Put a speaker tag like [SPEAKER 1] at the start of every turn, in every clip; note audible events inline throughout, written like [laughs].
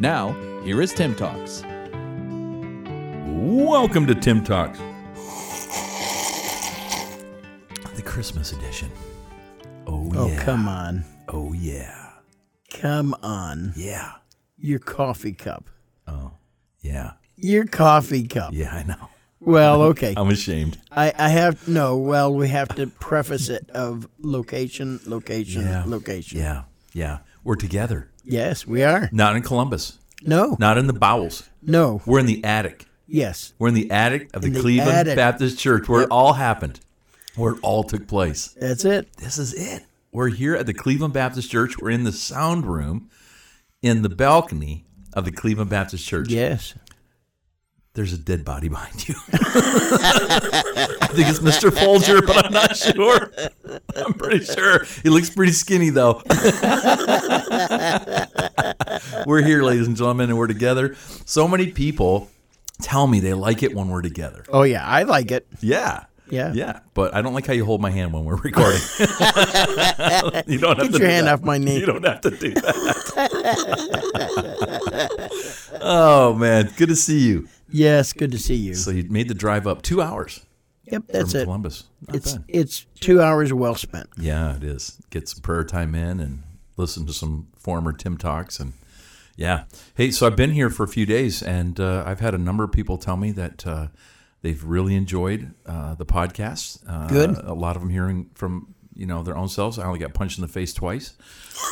[SPEAKER 1] Now, here is Tim Talks.
[SPEAKER 2] Welcome to Tim Talks.
[SPEAKER 3] The Christmas edition. Oh,
[SPEAKER 4] Oh,
[SPEAKER 3] yeah.
[SPEAKER 4] come on.
[SPEAKER 3] Oh, yeah.
[SPEAKER 4] Come on.
[SPEAKER 3] Yeah.
[SPEAKER 4] Your coffee cup.
[SPEAKER 3] Yeah.
[SPEAKER 4] Your coffee cup.
[SPEAKER 3] Yeah, I know.
[SPEAKER 4] Well, okay.
[SPEAKER 3] I'm ashamed.
[SPEAKER 4] I, I have no, well, we have to preface it of location, location,
[SPEAKER 3] Yeah.
[SPEAKER 4] location.
[SPEAKER 3] Yeah. Yeah. We're together.
[SPEAKER 4] Yes, we are.
[SPEAKER 3] Not in Columbus.
[SPEAKER 4] No.
[SPEAKER 3] Not in the bowels.
[SPEAKER 4] No.
[SPEAKER 3] We're in the attic.
[SPEAKER 4] Yes.
[SPEAKER 3] We're in the attic of the,
[SPEAKER 4] In the
[SPEAKER 3] Cleveland
[SPEAKER 4] attic.
[SPEAKER 3] Baptist Church where it all happened, where it all took place.
[SPEAKER 4] That's it.
[SPEAKER 3] This is it. We're here at the Cleveland Baptist Church. We're in the sound room in the balcony of the Cleveland Baptist Church.
[SPEAKER 4] Yes.
[SPEAKER 3] There's a dead body behind you. [laughs] I think it's Mr. Folger, but I'm not sure. I'm pretty sure. He looks pretty skinny, though. [laughs] we're here, ladies and gentlemen, and we're together. So many people tell me they like it when we're together.
[SPEAKER 4] Oh, yeah. I like it.
[SPEAKER 3] Yeah.
[SPEAKER 4] Yeah.
[SPEAKER 3] Yeah. But I don't like how you hold my hand when we're [laughs]
[SPEAKER 4] [laughs]
[SPEAKER 3] recording. you don't have
[SPEAKER 4] Get
[SPEAKER 3] to
[SPEAKER 4] your
[SPEAKER 3] do
[SPEAKER 4] hand
[SPEAKER 3] that.
[SPEAKER 4] off my knee.
[SPEAKER 3] You don't have to do that. [laughs] oh man, good to see you.
[SPEAKER 4] Yes. Good to see you.
[SPEAKER 3] So you made the drive up two hours
[SPEAKER 4] Yep. That's
[SPEAKER 3] from
[SPEAKER 4] it.
[SPEAKER 3] Columbus. Not
[SPEAKER 4] It's,
[SPEAKER 3] bad.
[SPEAKER 4] it's two hours well
[SPEAKER 3] [laughs]
[SPEAKER 4] spent.
[SPEAKER 3] yeah, it is. Get some prayer time in and listen to some former Tim talks and yeah. Hey, so I've been here for a few days and uh, I've had a number of people tell me that uh, they've really enjoyed uh, the podcast. Uh,
[SPEAKER 4] Good.
[SPEAKER 3] A lot of them hearing from you know their own selves. I only got punched in the face twice,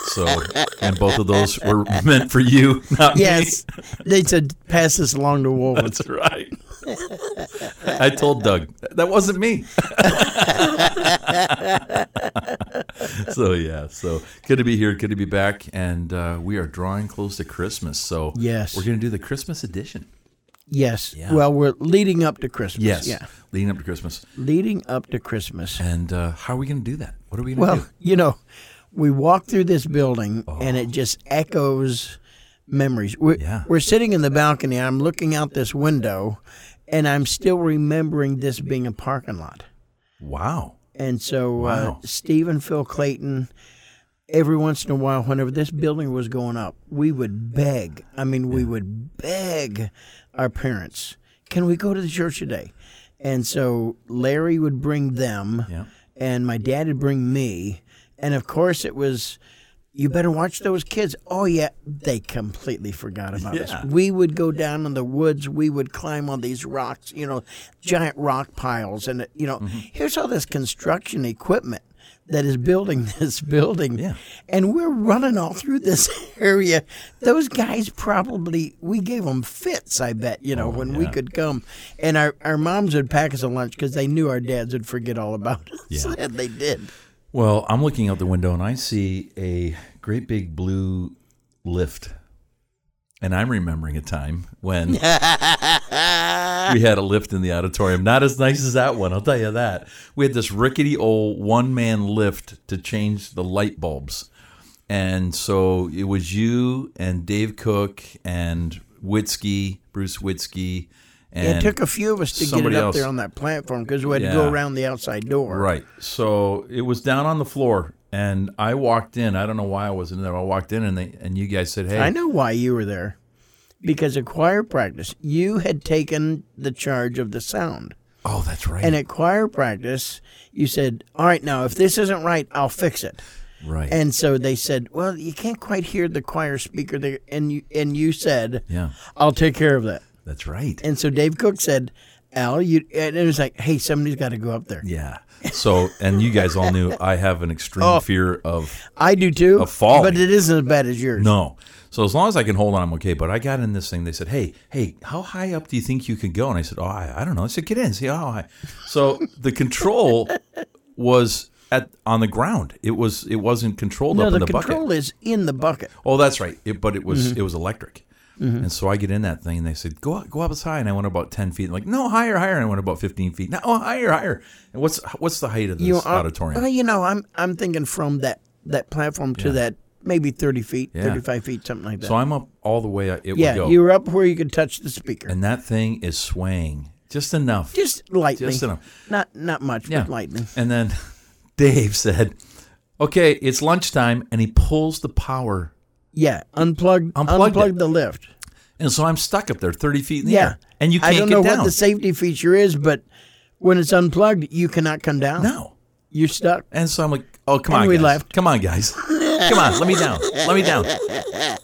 [SPEAKER 3] so and both of those were [laughs] meant for you, not me.
[SPEAKER 4] Yes. they said, pass this along
[SPEAKER 3] [laughs]
[SPEAKER 4] to Wolven.
[SPEAKER 3] That's right. I told Doug that wasn't me. [laughs] so yeah, so good to be here, good to be back, and uh, we are drawing close to Christmas. So
[SPEAKER 4] Yes.
[SPEAKER 3] we're gonna do the Christmas edition.
[SPEAKER 4] Yes. Well, we're leading up to Christmas.
[SPEAKER 3] Yes,
[SPEAKER 4] Yeah.
[SPEAKER 3] leading up to Christmas.
[SPEAKER 4] Leading up to Christmas.
[SPEAKER 3] And uh, how are we gonna do that? What are we gonna
[SPEAKER 4] Well,
[SPEAKER 3] do? Oh.
[SPEAKER 4] you know, we walk through this building and it just echoes memories. We're,
[SPEAKER 3] Yeah.
[SPEAKER 4] we're sitting in the balcony. I'm looking out this window and I'm still remembering this being a parking lot.
[SPEAKER 3] Wow.
[SPEAKER 4] And so
[SPEAKER 3] Wow.
[SPEAKER 4] uh, Steve and Phil Clayton, every once in a while, whenever this building was going up, we would beg. I mean, we would beg our parents, can we go to the church today? And so Larry would bring them,
[SPEAKER 3] Yeah.
[SPEAKER 4] and my dad would bring me. And of course, it was, you better watch those kids. Oh, yeah, they completely forgot about
[SPEAKER 3] Yeah.
[SPEAKER 4] us. We would go down in the woods. We would climb on these rocks, you know, giant rock piles. And, you know,
[SPEAKER 3] Mm-hmm.
[SPEAKER 4] here's all this construction equipment that is building [laughs] this building.
[SPEAKER 3] Yeah.
[SPEAKER 4] And we're running all through this [laughs] area. Those guys probably, we gave them fits, I bet, you know,
[SPEAKER 3] Oh,
[SPEAKER 4] when we could come. And our, our moms would pack us a lunch because they knew our dads would forget all about [laughs] us.
[SPEAKER 3] Yeah.
[SPEAKER 4] And they did.
[SPEAKER 3] Well, I'm looking out the window and I see a great big blue lift. And I'm remembering a time
[SPEAKER 4] [laughs]
[SPEAKER 3] when we had a lift in the auditorium. Not as nice as that one, I'll tell you that. We had this rickety old one man lift to change the light bulbs. And so it was you and Dave Cook and Witzke, Bruce Witzke. And
[SPEAKER 4] it took a few of us to get it
[SPEAKER 3] somebody
[SPEAKER 4] up
[SPEAKER 3] else.
[SPEAKER 4] there on that platform because we had to go
[SPEAKER 3] Yeah.
[SPEAKER 4] around the outside door.
[SPEAKER 3] Right. So it was down on the floor, and I walked in. I don't know why I wasn't there. I walked in, and they and you guys said, "Hey,
[SPEAKER 4] I know why you were there. Because at choir practice, you had taken the charge of the sound.
[SPEAKER 3] oh, that's right,
[SPEAKER 4] And at choir practice, you said, All right, now, if this isn't right, I'll fix it.
[SPEAKER 3] right,
[SPEAKER 4] And so they said, Well, you can't quite hear the choir speaker there. And you, and you said,
[SPEAKER 3] yeah,
[SPEAKER 4] I'll take care of that.
[SPEAKER 3] that's right,
[SPEAKER 4] And so Dave Cook said, Al, you, and it was like, Hey, somebody's got to go up there.
[SPEAKER 3] yeah." So and you guys all knew I have an extreme
[SPEAKER 4] Oh.
[SPEAKER 3] fear of
[SPEAKER 4] I do too.
[SPEAKER 3] A falling.
[SPEAKER 4] But it isn't as bad as yours.
[SPEAKER 3] no. So as long as I can hold on, I'm okay. But I got in this thing. They said, "Hey, hey, how high up do you think you can go?" And I said, "Oh, I, I don't know." I said, "Get in, see how high." So the control was at on the ground. It was it wasn't controlled
[SPEAKER 4] No,
[SPEAKER 3] up
[SPEAKER 4] the,
[SPEAKER 3] in the bucket.
[SPEAKER 4] control is in the bucket. Mm-hmm.
[SPEAKER 3] Oh, that's right. It, but it was it was electric. And so I get in that thing, and they said, "Go up, go up as high." And I went about ten feet. I'm like, no, higher, higher. And I went about fifteen feet. No, oh, higher, higher. And what's what's the height of this
[SPEAKER 4] You know, I-
[SPEAKER 3] auditorium?
[SPEAKER 4] well, you know, I'm I'm thinking from that that platform to that maybe thirty feet,
[SPEAKER 3] Yeah.
[SPEAKER 4] thirty five feet, something like that.
[SPEAKER 3] so I'm up all the way. uh, It would
[SPEAKER 4] yeah,
[SPEAKER 3] go,
[SPEAKER 4] you were up where you could touch the speaker,
[SPEAKER 3] and that thing is swaying just enough.
[SPEAKER 4] just lightly,
[SPEAKER 3] just enough.
[SPEAKER 4] not not much,
[SPEAKER 3] Yeah.
[SPEAKER 4] but lightly.
[SPEAKER 3] And then [laughs] Dave said, "Okay, it's lunchtime," and he pulls the power.
[SPEAKER 4] Yeah, unplugged,
[SPEAKER 3] Unplugged
[SPEAKER 4] unplugged,
[SPEAKER 3] it.
[SPEAKER 4] the lift.
[SPEAKER 3] And so I'm stuck up there, thirty feet in the
[SPEAKER 4] Yeah,
[SPEAKER 3] air, and you can't
[SPEAKER 4] I don't
[SPEAKER 3] get
[SPEAKER 4] know
[SPEAKER 3] down.
[SPEAKER 4] what the safety feature is, but when it's unplugged, you cannot come down.
[SPEAKER 3] no.
[SPEAKER 4] you're stuck.
[SPEAKER 3] And so I'm like, oh, come
[SPEAKER 4] And
[SPEAKER 3] on,
[SPEAKER 4] we
[SPEAKER 3] guys.
[SPEAKER 4] left.
[SPEAKER 3] Come on, guys. Come on, let me down. Let me down. So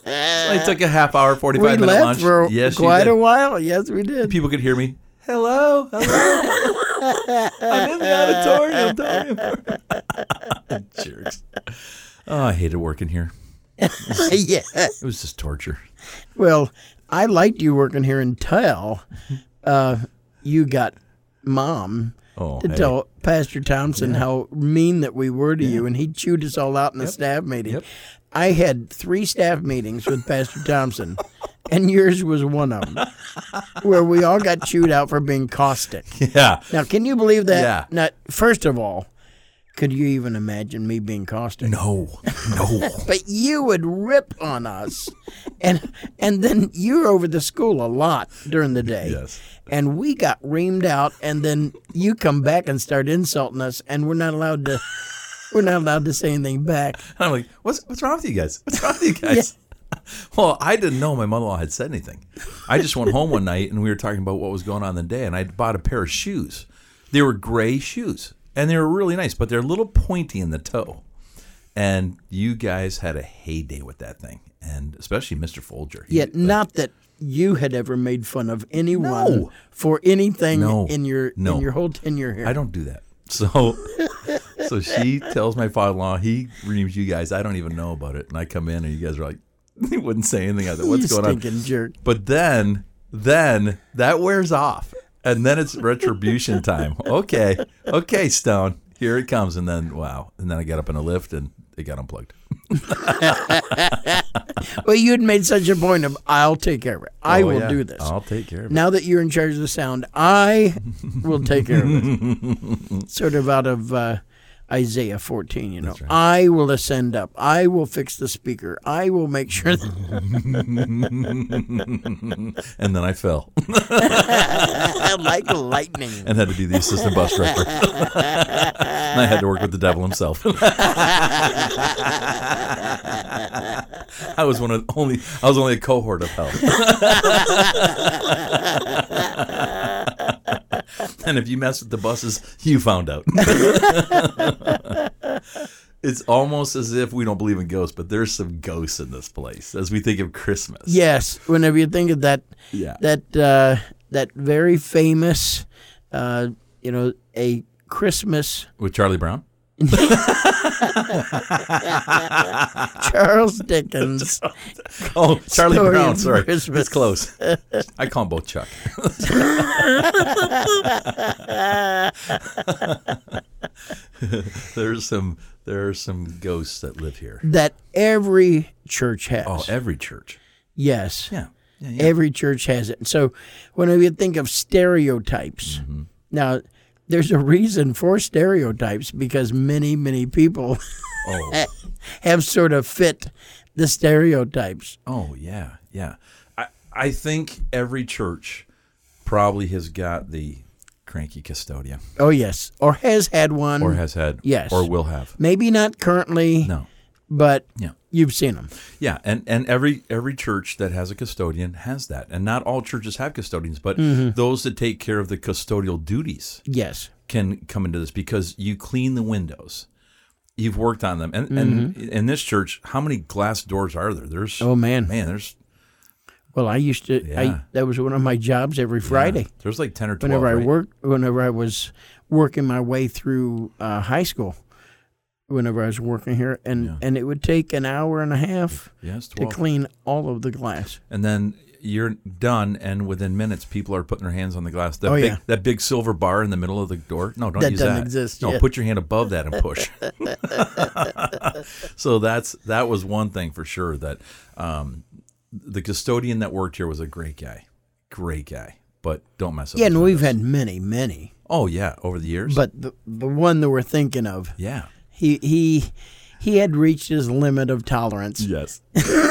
[SPEAKER 3] I took a half hour, 45
[SPEAKER 4] We
[SPEAKER 3] minute
[SPEAKER 4] left
[SPEAKER 3] lunch.
[SPEAKER 4] for
[SPEAKER 3] yes, you
[SPEAKER 4] quite
[SPEAKER 3] did.
[SPEAKER 4] a while. Yes, we
[SPEAKER 3] [laughs]
[SPEAKER 4] did.
[SPEAKER 3] People could hear me. Hello, hello. [laughs] I'm in the auditorium. Don't worry." [laughs] Jerks. Oh, I hated working here.
[SPEAKER 4] yeah.
[SPEAKER 3] It was just torture.
[SPEAKER 4] Well, I liked you working here
[SPEAKER 3] [laughs]
[SPEAKER 4] until uh, you got mom
[SPEAKER 3] Oh,
[SPEAKER 4] to
[SPEAKER 3] hey.
[SPEAKER 4] tell Pastor Thompson how mean that we were to you, and he chewed us all out in the staff meeting.
[SPEAKER 3] Yep.
[SPEAKER 4] I had three staff meetings with Pastor
[SPEAKER 3] [laughs]
[SPEAKER 4] Thompson, and yours was one of them, where we all got chewed out for
[SPEAKER 3] [laughs]
[SPEAKER 4] being caustic.
[SPEAKER 3] yeah.
[SPEAKER 4] Now, can you believe that?
[SPEAKER 3] Yeah.
[SPEAKER 4] Now, first of all, could you even imagine me being caustic?
[SPEAKER 3] No, no.
[SPEAKER 4] but you would rip
[SPEAKER 3] [laughs]
[SPEAKER 4] on us and and then you were over the school a lot during the day
[SPEAKER 3] Yes.
[SPEAKER 4] and we got reamed out and then you come back and start insulting us and we're not
[SPEAKER 3] [laughs]
[SPEAKER 4] allowed to we're not allowed to say anything back
[SPEAKER 3] I'm like, what's what's wrong with you guys? What's wrong with you guys? [laughs] Well, I didn't know my mother-in-law had said anything. I just went home one night and we were talking about what was going on the day, and I bought a pair of shoes. They were gray shoes, and they were really nice, but they're a little pointy in the toe. And you guys had a heyday with that thing, and especially Mr. Folger. He-
[SPEAKER 4] yet not that you had ever made fun of anyone
[SPEAKER 3] No.
[SPEAKER 4] for anything
[SPEAKER 3] No.
[SPEAKER 4] in your
[SPEAKER 3] No.
[SPEAKER 4] in your whole tenure here
[SPEAKER 3] I don't do that. [laughs] So, so she tells my father-in-law he reams you guys. I don't even know about it, and I come in and you guys are like, [laughs] he wouldn't say anything. I thought, what's
[SPEAKER 4] you
[SPEAKER 3] going on?
[SPEAKER 4] stinking jerk
[SPEAKER 3] But then, then that wears off, and then it's retribution time. Okay, okay, Stone, here it comes. And then, wow, and then I got up in a lift and it got unplugged.
[SPEAKER 4] well you had made such a point of i'll take care of it i
[SPEAKER 3] Oh,
[SPEAKER 4] will
[SPEAKER 3] yeah.
[SPEAKER 4] do this
[SPEAKER 3] I'll take care of it.
[SPEAKER 4] now that you're in charge of the sound, I
[SPEAKER 3] [laughs]
[SPEAKER 4] will take care of it. sort of out of uh, Isaiah 14, you know. I will ascend up. I will fix the speaker. I will make sure that [laughs]
[SPEAKER 3] And then I fell
[SPEAKER 4] like lightning.
[SPEAKER 3] and had to be the assistant bus driver. and I had to work with the devil himself. I was one of the only. I was only a cohort of hell. and if you mess with the buses, you found out. it's almost as if we don't believe in ghosts, but there's some ghosts in this place as we think of Christmas.
[SPEAKER 4] Yes, whenever you think of that
[SPEAKER 3] Yeah.
[SPEAKER 4] that uh, that very famous uh, you know, a Christmas
[SPEAKER 3] With Charlie Brown. [laughs]
[SPEAKER 4] Charles Dickens.
[SPEAKER 3] Oh, Charlie
[SPEAKER 4] [laughs] Story
[SPEAKER 3] Brown.
[SPEAKER 4] of
[SPEAKER 3] Sorry,
[SPEAKER 4] Christmas.
[SPEAKER 3] it's
[SPEAKER 4] [laughs]
[SPEAKER 3] close. I call him both Chuck. there's some there are some ghosts that live here.
[SPEAKER 4] that every church has.
[SPEAKER 3] Oh, every church.
[SPEAKER 4] yes.
[SPEAKER 3] Yeah, yeah, yeah.
[SPEAKER 4] Every church has it. So whenever you think of stereotypes,
[SPEAKER 3] Mm-hmm.
[SPEAKER 4] now there's a reason for stereotypes because many, many people [laughs]
[SPEAKER 3] Oh,
[SPEAKER 4] have sort of fit the stereotypes.
[SPEAKER 3] oh, yeah, yeah. I I think every church probably has got the cranky custodian,
[SPEAKER 4] Oh yes, or has had one.
[SPEAKER 3] or has had,
[SPEAKER 4] Mm. Yes.
[SPEAKER 3] or will have.
[SPEAKER 4] Maybe not currently,
[SPEAKER 3] No,
[SPEAKER 4] but
[SPEAKER 3] yeah.
[SPEAKER 4] you've seen them.
[SPEAKER 3] Yeah, and, and every every church that has a custodian has that, and not all churches have custodians, but
[SPEAKER 4] Mm-hmm.
[SPEAKER 3] those that take care of the custodial duties
[SPEAKER 4] Yes.
[SPEAKER 3] can come into this because you clean the windows, you've worked on them, and and in this church, how many glass doors are there? There's
[SPEAKER 4] Mm-hmm. Oh man.
[SPEAKER 3] man, there's
[SPEAKER 4] Well, I used to.
[SPEAKER 3] Yeah.
[SPEAKER 4] I that was one of my jobs every Friday.
[SPEAKER 3] uh, there's like ten or twelve.
[SPEAKER 4] whenever I
[SPEAKER 3] right?
[SPEAKER 4] worked, whenever I was working my way through uh, high school, whenever I was working here, and and it would take an hour and a half
[SPEAKER 3] yes,
[SPEAKER 4] to
[SPEAKER 3] twelve,
[SPEAKER 4] clean all of the glass.
[SPEAKER 3] and then you're done, and within minutes, people are putting their hands on the glass. That
[SPEAKER 4] Oh,
[SPEAKER 3] big
[SPEAKER 4] yeah.
[SPEAKER 3] that big silver bar in the middle of the door. No, don't
[SPEAKER 4] That
[SPEAKER 3] use
[SPEAKER 4] doesn't
[SPEAKER 3] that.
[SPEAKER 4] exist
[SPEAKER 3] No,
[SPEAKER 4] yet.
[SPEAKER 3] put your hand above that and
[SPEAKER 4] [laughs]
[SPEAKER 3] push. so that's that was one thing for sure that um, the custodian that worked here was a great guy, great guy. But don't mess up.
[SPEAKER 4] Yeah,
[SPEAKER 3] his
[SPEAKER 4] and we've
[SPEAKER 3] windows.
[SPEAKER 4] had many, many.
[SPEAKER 3] Oh yeah, over the years.
[SPEAKER 4] But the the one that we're thinking of,
[SPEAKER 3] yeah,
[SPEAKER 4] he he he had reached his limit of tolerance.
[SPEAKER 3] yes,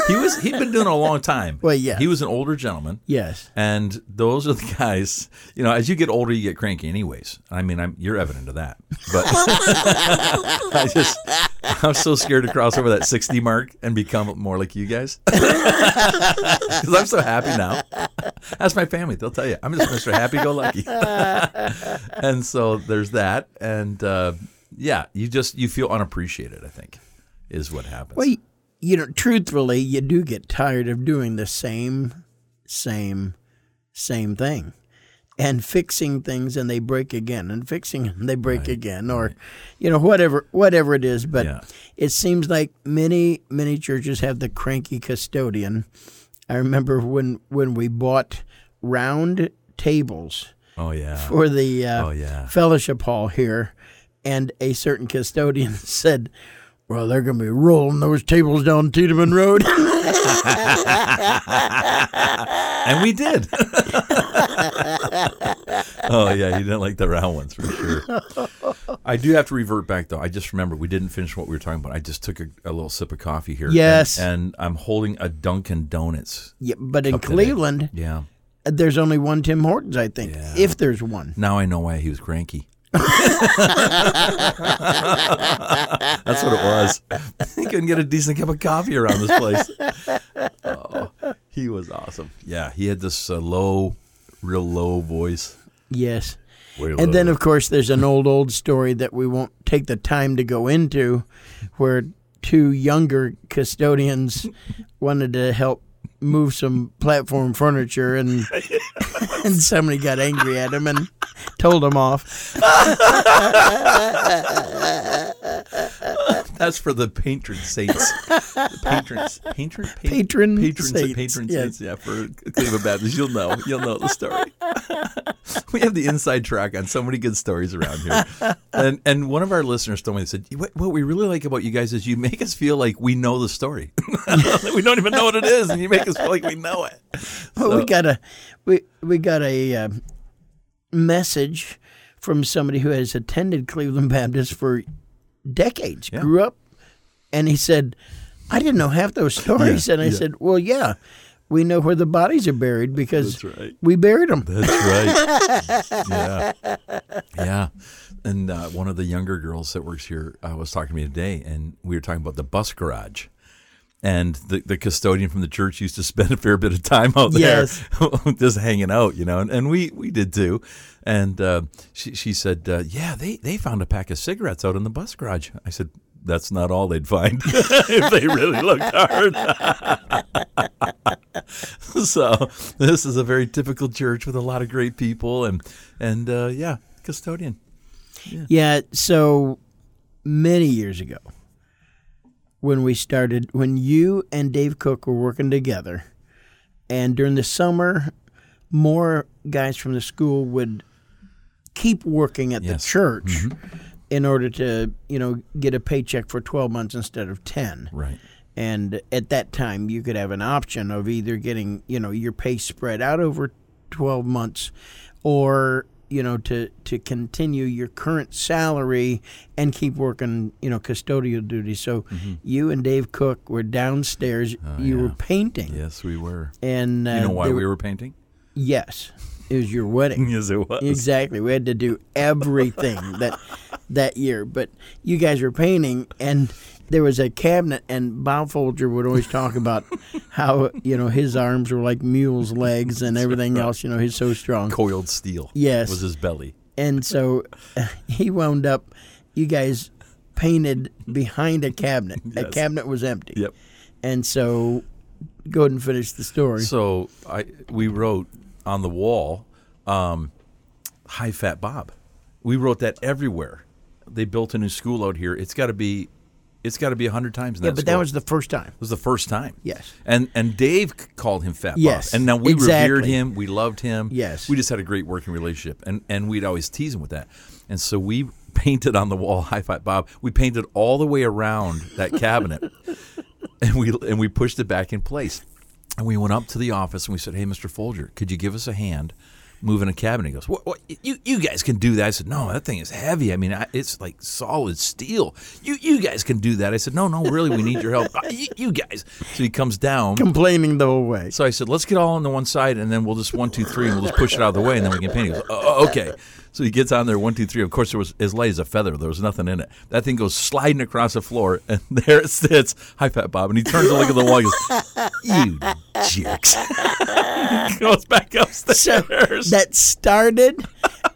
[SPEAKER 3] he was. He'd been doing it a long time.
[SPEAKER 4] Well, yeah.
[SPEAKER 3] he was an older gentleman.
[SPEAKER 4] Yes.
[SPEAKER 3] And those are the [laughs] guys, you know, as you get older, you get cranky anyways. I mean, I'm, you're evident of that. But [laughs] I just, I'm so scared to cross over that 60 mark and become more like you guys. [laughs] Because I'm so happy now. That's my family. They'll tell you. I'm just Mr. Happy Go Lucky. [laughs] and so there's that. And uh, yeah, you just, you feel unappreciated, I think, is what happens.
[SPEAKER 4] Well, you, you know, truthfully, you do get tired of doing the same, same, same thing, and fixing things, and they break again, and fixing, and they break again, or, you know, whatever, whatever it is. But
[SPEAKER 3] Yeah.
[SPEAKER 4] it seems like many, many churches have the cranky custodian. I remember when when we bought round tables
[SPEAKER 3] oh, yeah.
[SPEAKER 4] for the uh,
[SPEAKER 3] Oh, yeah.
[SPEAKER 4] fellowship hall here, and a certain custodian [laughs] said, "Well, they're going to be rolling those tables down
[SPEAKER 3] [laughs]
[SPEAKER 4] Tiedemann Road."
[SPEAKER 3] And we did. [laughs] oh yeah, you didn't like the round ones for sure. [laughs] I do have to revert back though. I just remember we didn't finish what we were talking about. I just took a, a little sip of coffee here.
[SPEAKER 4] Yes.
[SPEAKER 3] and, and I'm holding a Dunkin' Donuts.
[SPEAKER 4] yeah, but in Cleveland,
[SPEAKER 3] Yeah,
[SPEAKER 4] there's only one Tim Hortons, I think, if there's one.
[SPEAKER 3] now I know why he was cranky. [laughs] That's what it was. [laughs] He couldn't get a decent cup of coffee around this place. [laughs] Oh, he was awesome. Yeah, he had this uh, low, real low voice.
[SPEAKER 4] Yes.
[SPEAKER 3] Way
[SPEAKER 4] And then,
[SPEAKER 3] low.
[SPEAKER 4] of course, there's an old, old story that we won't take the time to go into where two younger
[SPEAKER 3] [laughs]
[SPEAKER 4] custodians wanted to help move some platform furniture and
[SPEAKER 3] [laughs]
[SPEAKER 4] [laughs] and somebody got angry at him and told him off.
[SPEAKER 3] That's for the patron saints. The patrons, patron, pa-
[SPEAKER 4] Patron
[SPEAKER 3] patrons and
[SPEAKER 4] saints,
[SPEAKER 3] patron
[SPEAKER 4] yes.
[SPEAKER 3] saints. Yeah, for Cleveland Baptist, you'll know, you'll know the story. [laughs] we have the inside track on so many good stories around here, and and one of our listeners told me they said, "What, what we really like about you guys is you make us feel like we know the story. [laughs] we don't even know what it is, and you make us feel like we know it."
[SPEAKER 4] But we got a we we got a uh, message from somebody who has attended Cleveland Baptist for decades, grew up, and he said, "I didn't know half those stories." and I said, "Well, yeah, we know where the bodies are buried because
[SPEAKER 3] That's right.
[SPEAKER 4] we buried them."
[SPEAKER 3] That's right. yeah. Yeah. And uh, one of the younger girls that works here uh, was talking to me today, and we were talking about the bus garage. And the, the custodian from the church used to spend a fair bit of time out there
[SPEAKER 4] Yes.
[SPEAKER 3] [laughs] just hanging out, you know, and, and we, we did too. And uh, she, she said, uh, Yeah, they, they found a pack of cigarettes out in the bus garage. I said, That's not all they'd find [laughs] if they really looked hard. [laughs] so this is a very typical church with a lot of great people and and uh, yeah custodian
[SPEAKER 4] Yeah, so many years ago when we started when you and Dave Cook were working together and during the summer more guys from the school would keep working at
[SPEAKER 3] Yes.
[SPEAKER 4] the church in order to, you know, get a paycheck for 12 months instead of 10.
[SPEAKER 3] right
[SPEAKER 4] And at that time, you could have an option of either getting, you know, your pay spread out over 12 months or, you know, to, to continue your current salary and keep working, you know, custodial duty. So
[SPEAKER 3] Mm-hmm.
[SPEAKER 4] you and Dave Cook were downstairs. you were painting.
[SPEAKER 3] yes we were
[SPEAKER 4] And uh,
[SPEAKER 3] Oh, you know why
[SPEAKER 4] they
[SPEAKER 3] we were painting [laughs]
[SPEAKER 4] Yes. It was your wedding.
[SPEAKER 3] yes it was
[SPEAKER 4] Exactly. We had to do everything that that year. But you guys were painting and there was a cabinet and Bob Folger would always talk about how, you know, his arms were like mule's legs and everything else, you know, he's so
[SPEAKER 3] [laughs]
[SPEAKER 4] strong.
[SPEAKER 3] coiled steel
[SPEAKER 4] Yes.
[SPEAKER 3] was his belly
[SPEAKER 4] And so [laughs] uh, he wound up you guys painted behind a cabinet. A
[SPEAKER 3] Yes.
[SPEAKER 4] cabinet was empty.
[SPEAKER 3] Yep.
[SPEAKER 4] And so go ahead and finish the story.
[SPEAKER 3] so I we wrote on the wall um, high fat Bob we wrote that everywhere they built a new school out here it's got to be it's got to be a hundred times in
[SPEAKER 4] yeah,
[SPEAKER 3] that
[SPEAKER 4] but that
[SPEAKER 3] school.
[SPEAKER 4] was the first time.
[SPEAKER 3] It was the first time.
[SPEAKER 4] Yes.
[SPEAKER 3] And and Dave c- called him Fat Bob.
[SPEAKER 4] Yes,
[SPEAKER 3] And now we revered
[SPEAKER 4] exactly.
[SPEAKER 3] him. We loved him.
[SPEAKER 4] Yes.
[SPEAKER 3] We just had a great working relationship, and and we'd always tease him with that. And so we painted on the wall [laughs] High Fat Bob. We painted all the way around that cabinet, and we and we pushed it back in place. And we went up to the office and we said, "Hey, Mr. Folger, could you give us a hand moving a cabinet?" He goes, "What? what you you guys can do that?" I said, "No, that thing is heavy. I mean, I, it's like solid steel. You you guys can do that." I said, "No, no, really, we need your help. [laughs] Uh, you, you guys." So he comes down.
[SPEAKER 4] Complaining the whole way.
[SPEAKER 3] So I said, "Let's get all on the one side, and then we'll just one, two, three, and we'll just push it out of the way, and then we can paint." He goes, oh, "Okay." So he gets on there, one, two, three. Of course, there was as light as a feather. There was nothing in it. That thing goes sliding across the floor, and [laughs] there it sits. Hi, Fat Bob, and he turns to look at the wall. He goes, "You jerks!" [laughs] He goes back upstairs.
[SPEAKER 4] [laughs] That started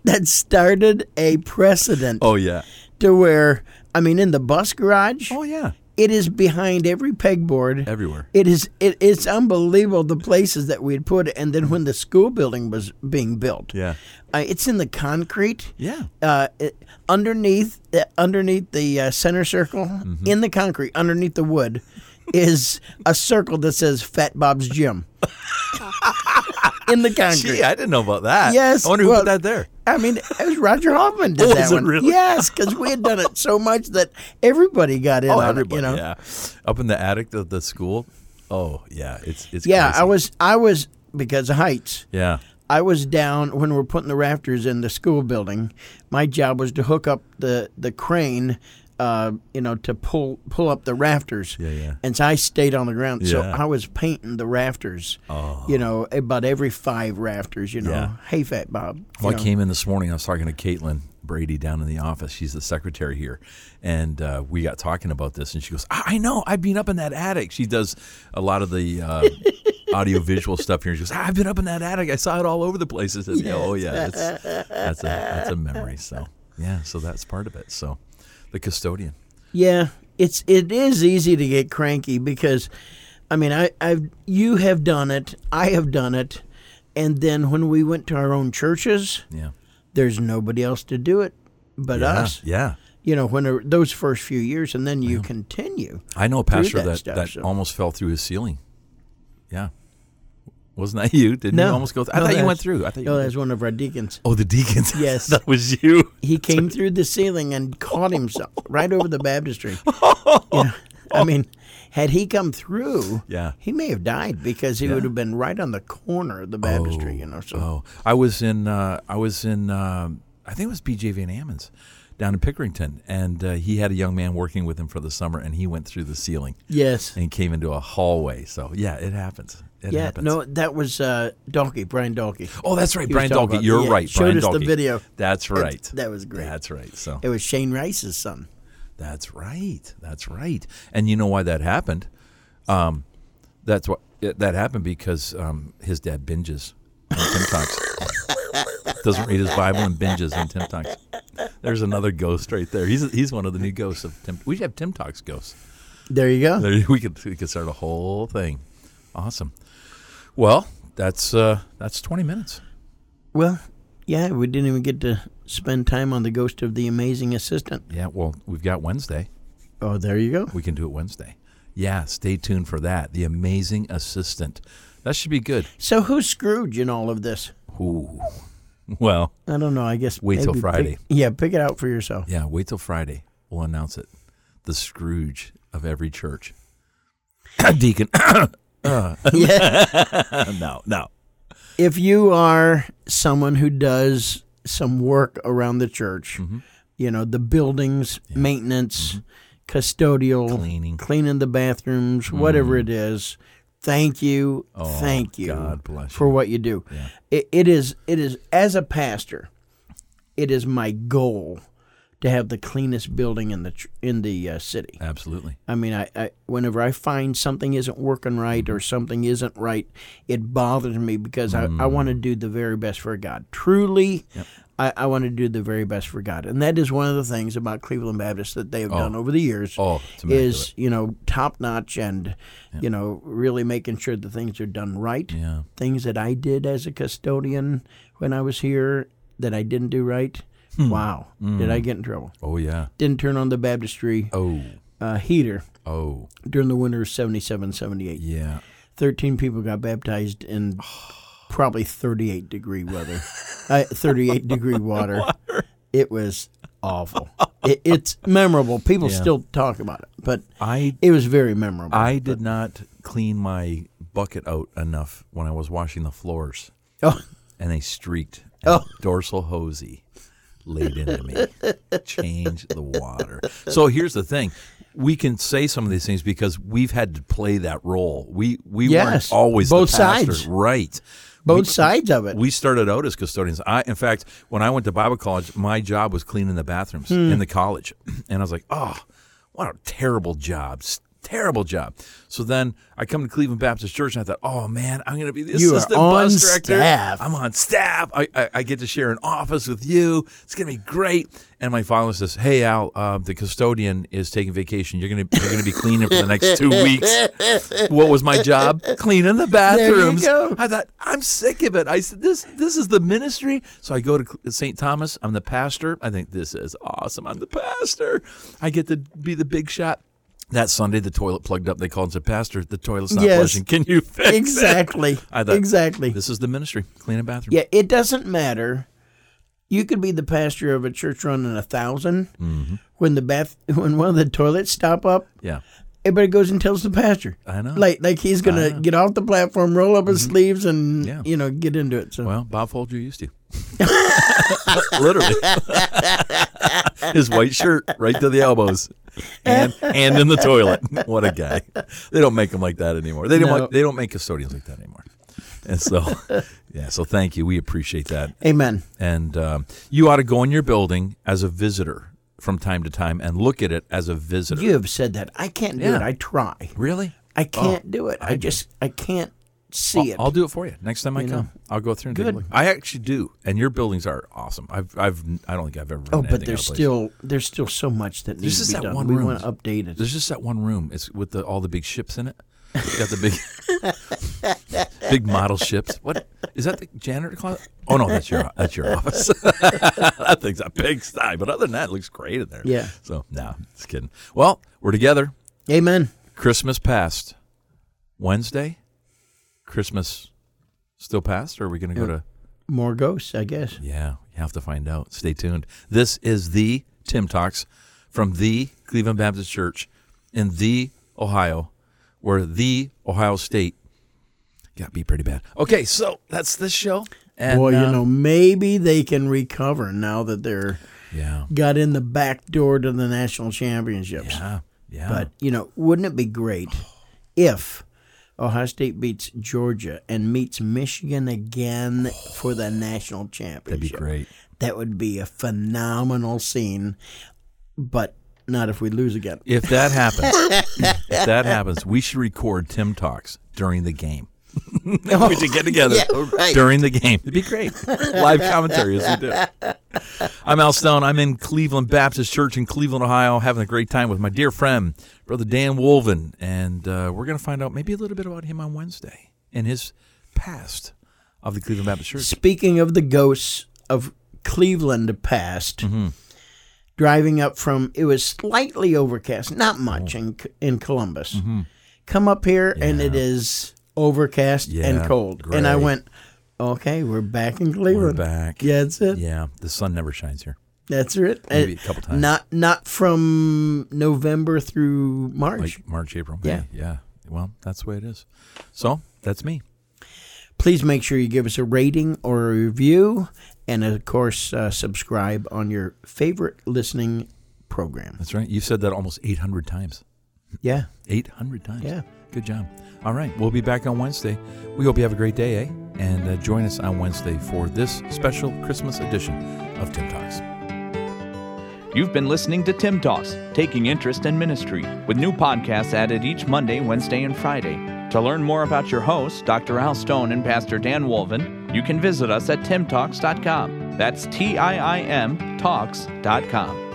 [SPEAKER 4] that started a precedent
[SPEAKER 3] oh yeah,
[SPEAKER 4] to where I mean in the bus garage
[SPEAKER 3] oh yeah,
[SPEAKER 4] it is behind every pegboard.
[SPEAKER 3] everywhere.
[SPEAKER 4] It is it, it's unbelievable the places that we had put it and then when the school building was being built.
[SPEAKER 3] Yeah,
[SPEAKER 4] Uh, it's in the concrete.
[SPEAKER 3] yeah.
[SPEAKER 4] uh, it- underneath uh, underneath the uh, center circle
[SPEAKER 3] Mm-hmm.
[SPEAKER 4] in the concrete underneath the wood is a circle that says Fat
[SPEAKER 3] [laughs]
[SPEAKER 4] Bob's Gym in the concrete.
[SPEAKER 3] Gee, I didn't know about that.
[SPEAKER 4] Yes,
[SPEAKER 3] I wonder who
[SPEAKER 4] well-
[SPEAKER 3] put that there.
[SPEAKER 4] I mean, it was Roger
[SPEAKER 3] [laughs]
[SPEAKER 4] Hoffman did
[SPEAKER 3] Was
[SPEAKER 4] that
[SPEAKER 3] Oh, it
[SPEAKER 4] one.
[SPEAKER 3] really?
[SPEAKER 4] Yes, because we had done it so much that everybody got in
[SPEAKER 3] Oh,
[SPEAKER 4] on
[SPEAKER 3] everybody.
[SPEAKER 4] it. You know,
[SPEAKER 3] Yeah, up in the attic of the school. Oh yeah, it's it's
[SPEAKER 4] Yeah, I
[SPEAKER 3] crazy.
[SPEAKER 4] was I was because of heights.
[SPEAKER 3] yeah.
[SPEAKER 4] I was down when we were putting the rafters in the school building. My job was to hook up the the crane, uh, you know, to pull pull up the rafters.
[SPEAKER 3] Yeah, yeah.
[SPEAKER 4] And so I stayed on the ground. So
[SPEAKER 3] Yeah. Oh.
[SPEAKER 4] I was painting the rafters. You know, about every five rafters. You know,
[SPEAKER 3] Yeah.
[SPEAKER 4] hey, Fat Bob. you
[SPEAKER 3] Well, I
[SPEAKER 4] know.
[SPEAKER 3] came in this morning. I was talking to Caitlin Brady down in the office. She's the secretary here, and uh, we got talking about this. And she goes, "I, I know. I've been up in that attic." She does a lot of the
[SPEAKER 4] [laughs]
[SPEAKER 3] uh, audio visual stuff here. She goes, "I've been up in that attic. I saw it all over the place." I said, "Yeah, "Oh yeah, it's, that's a that's a memory." So yeah, so that's part of it. So the custodian.
[SPEAKER 4] Yeah, it's it is easy to get cranky because, I mean, I I've you have done it, I have done it, and then when we went to our own churches,
[SPEAKER 3] Yeah.
[SPEAKER 4] there's nobody else to do it but
[SPEAKER 3] Yeah,
[SPEAKER 4] us.
[SPEAKER 3] yeah.
[SPEAKER 4] You know, when are- those first few years, and then you continue.
[SPEAKER 3] I know a pastor
[SPEAKER 4] that
[SPEAKER 3] that that,
[SPEAKER 4] stuff, so-
[SPEAKER 3] almost fell through his ceiling. Yeah. Wasn't that [laughs] you? Didn't you
[SPEAKER 4] No.
[SPEAKER 3] almost go? Th- I
[SPEAKER 4] No,
[SPEAKER 3] thought you
[SPEAKER 4] that's-
[SPEAKER 3] went through. I thought you
[SPEAKER 4] No,
[SPEAKER 3] went
[SPEAKER 4] that's one of our deacons.
[SPEAKER 3] Oh, the deacons. [laughs]
[SPEAKER 4] Yes.
[SPEAKER 3] that was you.
[SPEAKER 4] He came through the ceiling and caught himself right over the
[SPEAKER 3] [laughs]
[SPEAKER 4] baptistry. Yeah. I mean, had he come through,
[SPEAKER 3] Yeah.
[SPEAKER 4] he may have died because he would have been right on the corner of the baptistry. you know, so
[SPEAKER 3] Oh, I was in. Uh, I was in. um I think it was B.J. Van Ammons down in Pickerington, and uh, he had a young man working with him for the summer, and he went through the ceiling
[SPEAKER 4] yes,
[SPEAKER 3] and came into a hallway. So yeah, it happens. It
[SPEAKER 4] yeah,
[SPEAKER 3] happens.
[SPEAKER 4] no, that was uh, Donkey Brian Donkey.
[SPEAKER 3] Oh, that's right,
[SPEAKER 4] was
[SPEAKER 3] Brian
[SPEAKER 4] talking
[SPEAKER 3] Dalkey.
[SPEAKER 4] about-
[SPEAKER 3] You're
[SPEAKER 4] yeah,
[SPEAKER 3] right,
[SPEAKER 4] showed
[SPEAKER 3] Brian
[SPEAKER 4] us the
[SPEAKER 3] Dahlke.
[SPEAKER 4] video.
[SPEAKER 3] That's right.
[SPEAKER 4] that was great.
[SPEAKER 3] That's right. So
[SPEAKER 4] It was Shane Rice's son.
[SPEAKER 3] That's right. That's right. And you know why that happened? Um, that's what it, that happened because um, his dad binges on Tim Talks. Doesn't read his Bible and binges on Tim Talks. There's another ghost right there. He's he's one of the new ghosts of Tim. We should have Tim Talks ghosts.
[SPEAKER 4] There you go.
[SPEAKER 3] There- [laughs] We could we could start a whole thing. Awesome. Well, that's uh, that's 20 minutes.
[SPEAKER 4] Well, yeah, we didn't even get to spend time on the ghost of the amazing assistant.
[SPEAKER 3] Yeah. Well, we've got Wednesday.
[SPEAKER 4] Oh, there you go.
[SPEAKER 3] We can do it Wednesday. Yeah. Stay tuned for that. The amazing assistant. That should be good.
[SPEAKER 4] So who's Scrooge in all of this?
[SPEAKER 3] Ooh. Well,
[SPEAKER 4] I don't know. I guess
[SPEAKER 3] Wait till
[SPEAKER 4] maybe pick-
[SPEAKER 3] Friday.
[SPEAKER 4] yeah, pick it out for yourself.
[SPEAKER 3] yeah, wait till Friday. We'll announce it. The Scrooge of every church. [coughs] Deacon. [coughs]
[SPEAKER 4] yeah.
[SPEAKER 3] no, no.
[SPEAKER 4] If you are someone who does some work around the church,
[SPEAKER 3] Mm-hmm.
[SPEAKER 4] you know the buildings, maintenance,
[SPEAKER 3] Mm-hmm.
[SPEAKER 4] custodial,
[SPEAKER 3] Cleaning.
[SPEAKER 4] cleaning the bathrooms,
[SPEAKER 3] Mm.
[SPEAKER 4] whatever it is. Thank you, thank you,
[SPEAKER 3] Oh, God bless
[SPEAKER 4] for
[SPEAKER 3] you.
[SPEAKER 4] what you do. It, it is, it is as a pastor, it is my goal to have the cleanest building in the ch- in the uh, city.
[SPEAKER 3] Absolutely.
[SPEAKER 4] I mean, I, I whenever I find something isn't working right or something isn't right, it bothers me because I, I want
[SPEAKER 3] Mm.
[SPEAKER 4] to do the very best for God. Truly, I, I want to do the very best for God, and that is one of the things about Cleveland Baptist that they have done over the years.
[SPEAKER 3] Oh, it's
[SPEAKER 4] is you know top notch and you know really making sure that things are done right.
[SPEAKER 3] Yeah.
[SPEAKER 4] Things that I did as a custodian when I was here that I didn't do right.
[SPEAKER 3] Hmm.
[SPEAKER 4] Wow, did I get in trouble?
[SPEAKER 3] Oh yeah.
[SPEAKER 4] Didn't turn on the baptistry
[SPEAKER 3] Oh.
[SPEAKER 4] uh, heater
[SPEAKER 3] Oh.
[SPEAKER 4] during the winter of 77 78
[SPEAKER 3] Yeah.
[SPEAKER 4] 13 people got baptized in
[SPEAKER 3] [sighs]
[SPEAKER 4] probably 38 degree weather uh,
[SPEAKER 3] [laughs]
[SPEAKER 4] 38 degree water. it was awful it, it's memorable people still talk about it but
[SPEAKER 3] I
[SPEAKER 4] it was very memorable
[SPEAKER 3] I did not clean my bucket out enough when I was washing the floors,
[SPEAKER 4] Oh,
[SPEAKER 3] and they streaked.
[SPEAKER 4] Oh. [laughs]
[SPEAKER 3] dorsal hosey laid into me. Change the water. So here's the thing: we can say some of these things because we've had to play that role. We we
[SPEAKER 4] Yes.
[SPEAKER 3] weren't always the
[SPEAKER 4] Both
[SPEAKER 3] pastor.
[SPEAKER 4] sides.
[SPEAKER 3] right?
[SPEAKER 4] both sides of it.
[SPEAKER 3] We [laughs] started out as custodians. I, in fact, when I went to Bible college, my job was cleaning the bathrooms
[SPEAKER 4] Hmm.
[SPEAKER 3] in the college, [clears throat] and I was like, "Oh, what a terrible job! S- Terrible job." So then I come to Cleveland Baptist Church, and I thought, "Oh man, I'm going to be the
[SPEAKER 4] You are
[SPEAKER 3] assistant
[SPEAKER 4] on
[SPEAKER 3] bus director.
[SPEAKER 4] staff.
[SPEAKER 3] I'm on staff. I, I, I get to share an office with you. It's going to be great." And my father says, "Hey Al, uh, the custodian is taking vacation. You're going to you're going to be cleaning for the next two weeks." what was my job? Cleaning the
[SPEAKER 4] you
[SPEAKER 3] bathrooms.
[SPEAKER 4] go.
[SPEAKER 3] I thought I'm sick of it. I said this this is the ministry. So I go to St. Thomas. I'm the pastor. I think this is awesome. I'm the pastor. I get to be the big shot. That Sunday, the toilet plugged up. They called and said, "Pastor, the toilet's not
[SPEAKER 4] Yes.
[SPEAKER 3] flushing. Can you fix it?"
[SPEAKER 4] exactly.
[SPEAKER 3] I thought,
[SPEAKER 4] exactly.
[SPEAKER 3] This is the ministry. Cleaning bathrooms.
[SPEAKER 4] Yeah, it doesn't matter. You could be the pastor of a church running a 1000
[SPEAKER 3] Mm-hmm.
[SPEAKER 4] when the bath [laughs] when one of the toilets stop up.
[SPEAKER 3] Yeah.
[SPEAKER 4] Everybody goes and tells the pastor.
[SPEAKER 3] I know. Mm-hmm.
[SPEAKER 4] Like like he's gonna get off the platform, roll up his sleeves, and
[SPEAKER 3] Yeah.
[SPEAKER 4] you know get into it. So
[SPEAKER 3] Well, Bob Folger used to. [laughs] Literally. [laughs] His white shirt right to the elbows. And and in the toilet. [laughs] What a guy. They don't make them like that anymore. They don't
[SPEAKER 4] No.
[SPEAKER 3] like, they don't make custodians like that anymore. And [laughs] so yeah, so thank you. We appreciate that.
[SPEAKER 4] amen.
[SPEAKER 3] And um, you ought to go in your building as a visitor from time to time and look at it as a visitor.
[SPEAKER 4] You have said that. I can't do
[SPEAKER 3] Yeah.
[SPEAKER 4] it. I try.
[SPEAKER 3] really?
[SPEAKER 4] I can't do it. I, just I can't see
[SPEAKER 3] I'll
[SPEAKER 4] it.
[SPEAKER 3] do it for you next time I come. I'll go through and take a
[SPEAKER 4] Good.
[SPEAKER 3] look. I actually do, and your buildings are awesome. I've, I've, I don't think I've ever.
[SPEAKER 4] Oh,
[SPEAKER 3] written
[SPEAKER 4] but
[SPEAKER 3] anything out of
[SPEAKER 4] there's
[SPEAKER 3] place.
[SPEAKER 4] still there's still so much that needs
[SPEAKER 3] just
[SPEAKER 4] to
[SPEAKER 3] that
[SPEAKER 4] be done.
[SPEAKER 3] one
[SPEAKER 4] we
[SPEAKER 3] room.
[SPEAKER 4] want to update it.
[SPEAKER 3] There's just that one room. It's with the, all the big ships in it. It's got the big,
[SPEAKER 4] [laughs]
[SPEAKER 3] big model ships. What is that? The janitor closet? Oh no, that's your that's your office. [laughs] that thing's a pigsty. But other than that, it looks great in there.
[SPEAKER 4] Yeah.
[SPEAKER 3] So no, just kidding. Well, we're together.
[SPEAKER 4] Amen.
[SPEAKER 3] Christmas passed. Wednesday, Christmas still passed. Or are we going to go to?
[SPEAKER 4] More ghosts, I guess.
[SPEAKER 3] Yeah, you have to find out. Stay tuned. This is the Tim Talks from the Cleveland Baptist Church in the Ohio, where the Ohio State got beat pretty bad. Okay, so that's this show. And,
[SPEAKER 4] Well,
[SPEAKER 3] uh,
[SPEAKER 4] you know, maybe they can recover now that they're
[SPEAKER 3] yeah,
[SPEAKER 4] got in the back door to the national championships.
[SPEAKER 3] yeah, yeah.
[SPEAKER 4] But you know, wouldn't it be great if Ohio State beats Georgia and meets Michigan again for the national
[SPEAKER 3] that'd
[SPEAKER 4] championship?
[SPEAKER 3] be great.
[SPEAKER 4] That would be a phenomenal scene, but not if we lose again.
[SPEAKER 3] If that happens, if that happens, we should record Tim Talks during the game. [laughs] we should get together
[SPEAKER 4] Yeah, right.
[SPEAKER 3] during the game. It'd be great. Live commentary as we do. I'm Al Stone. I'm in Cleveland Baptist Church in Cleveland, Ohio, having a great time with my dear friend, Brother Dan Wolven. And uh, we're going to find out maybe a little bit about him on Wednesday and his past of the Cleveland Baptist Church.
[SPEAKER 4] Speaking of the ghosts of Cleveland past,
[SPEAKER 3] Mm-hmm.
[SPEAKER 4] driving up from it was slightly overcast, not
[SPEAKER 3] Oh.
[SPEAKER 4] much in in Columbus.
[SPEAKER 3] Mm-hmm.
[SPEAKER 4] Come up here and it is overcast and
[SPEAKER 3] Yeah,
[SPEAKER 4] cold, and I
[SPEAKER 3] gray.
[SPEAKER 4] went, okay, we're back in Cleveland.
[SPEAKER 3] back.
[SPEAKER 4] Yeah, that's it.
[SPEAKER 3] Yeah, the sun never shines here.
[SPEAKER 4] That's it.
[SPEAKER 3] Maybe
[SPEAKER 4] Uh,
[SPEAKER 3] a couple times.
[SPEAKER 4] Not not from November through March.
[SPEAKER 3] Like March, April, May.
[SPEAKER 4] Yeah.
[SPEAKER 3] Yeah. Well, that's the way it is. So that's me.
[SPEAKER 4] Please make sure you give us a rating or a review, and of course, uh, subscribe on your favorite listening program.
[SPEAKER 3] That's right. You've said that almost 800 times.
[SPEAKER 4] Yeah.
[SPEAKER 3] 800 times.
[SPEAKER 4] Yeah.
[SPEAKER 3] Good job. All right. We'll be back on Wednesday. We hope you have a great day, eh? And uh, join us on Wednesday for this special Christmas edition of Tim Talks.
[SPEAKER 1] You've been listening to Tim Talks, Taking Interest in Ministry, with new podcasts added each Monday, Wednesday, and Friday. To learn more about your hosts, Dr. Al Stone and Pastor Dan Wolven, you can visit us at timtalks.com. That's T I I M talks.com.